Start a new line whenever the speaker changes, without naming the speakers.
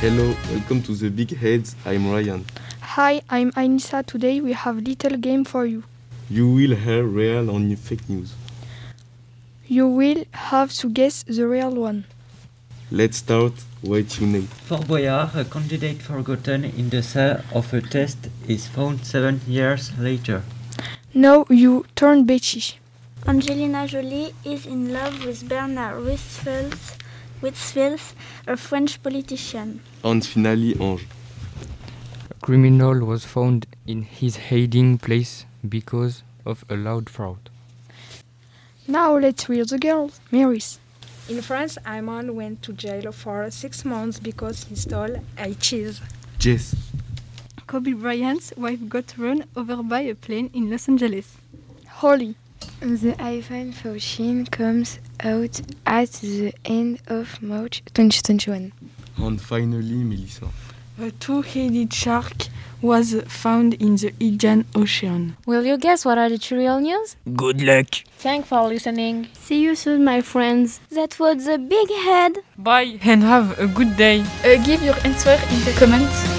Hello, welcome to the Big Heads. I'm Ryan.
Hi, I'm Anissa. Today we have little game for you.
You will hear real and fake news.
You will have to guess the real one.
Let's start. What's your name?
Fort Boyard, a candidate forgotten in the cell of a test, is found seven years later.
Now you turn Betty.
Angelina Jolie is in love with Bernard Westphals, Westphals a French politician.
And finally, Ange.
A criminal was found in his hiding place because of a loud fraud.
Now let's hear the girl, Mary's.
In France, Ayman went to jail for six months because he stole a cheese.
Jess.
Kobe Bryant's wife got run over by a plane in Los Angeles.
Holly.
The iPhone 14 comes out at the end of March 2021.
And finally, Melissa.
A two-headed shark was found in the Indian Ocean.
Will you guess what are the true real news?
Good luck.
Thanks for listening.
See you soon, my friends. That was a big head.
Bye and have a good day.
Uh, give your answer in the comments.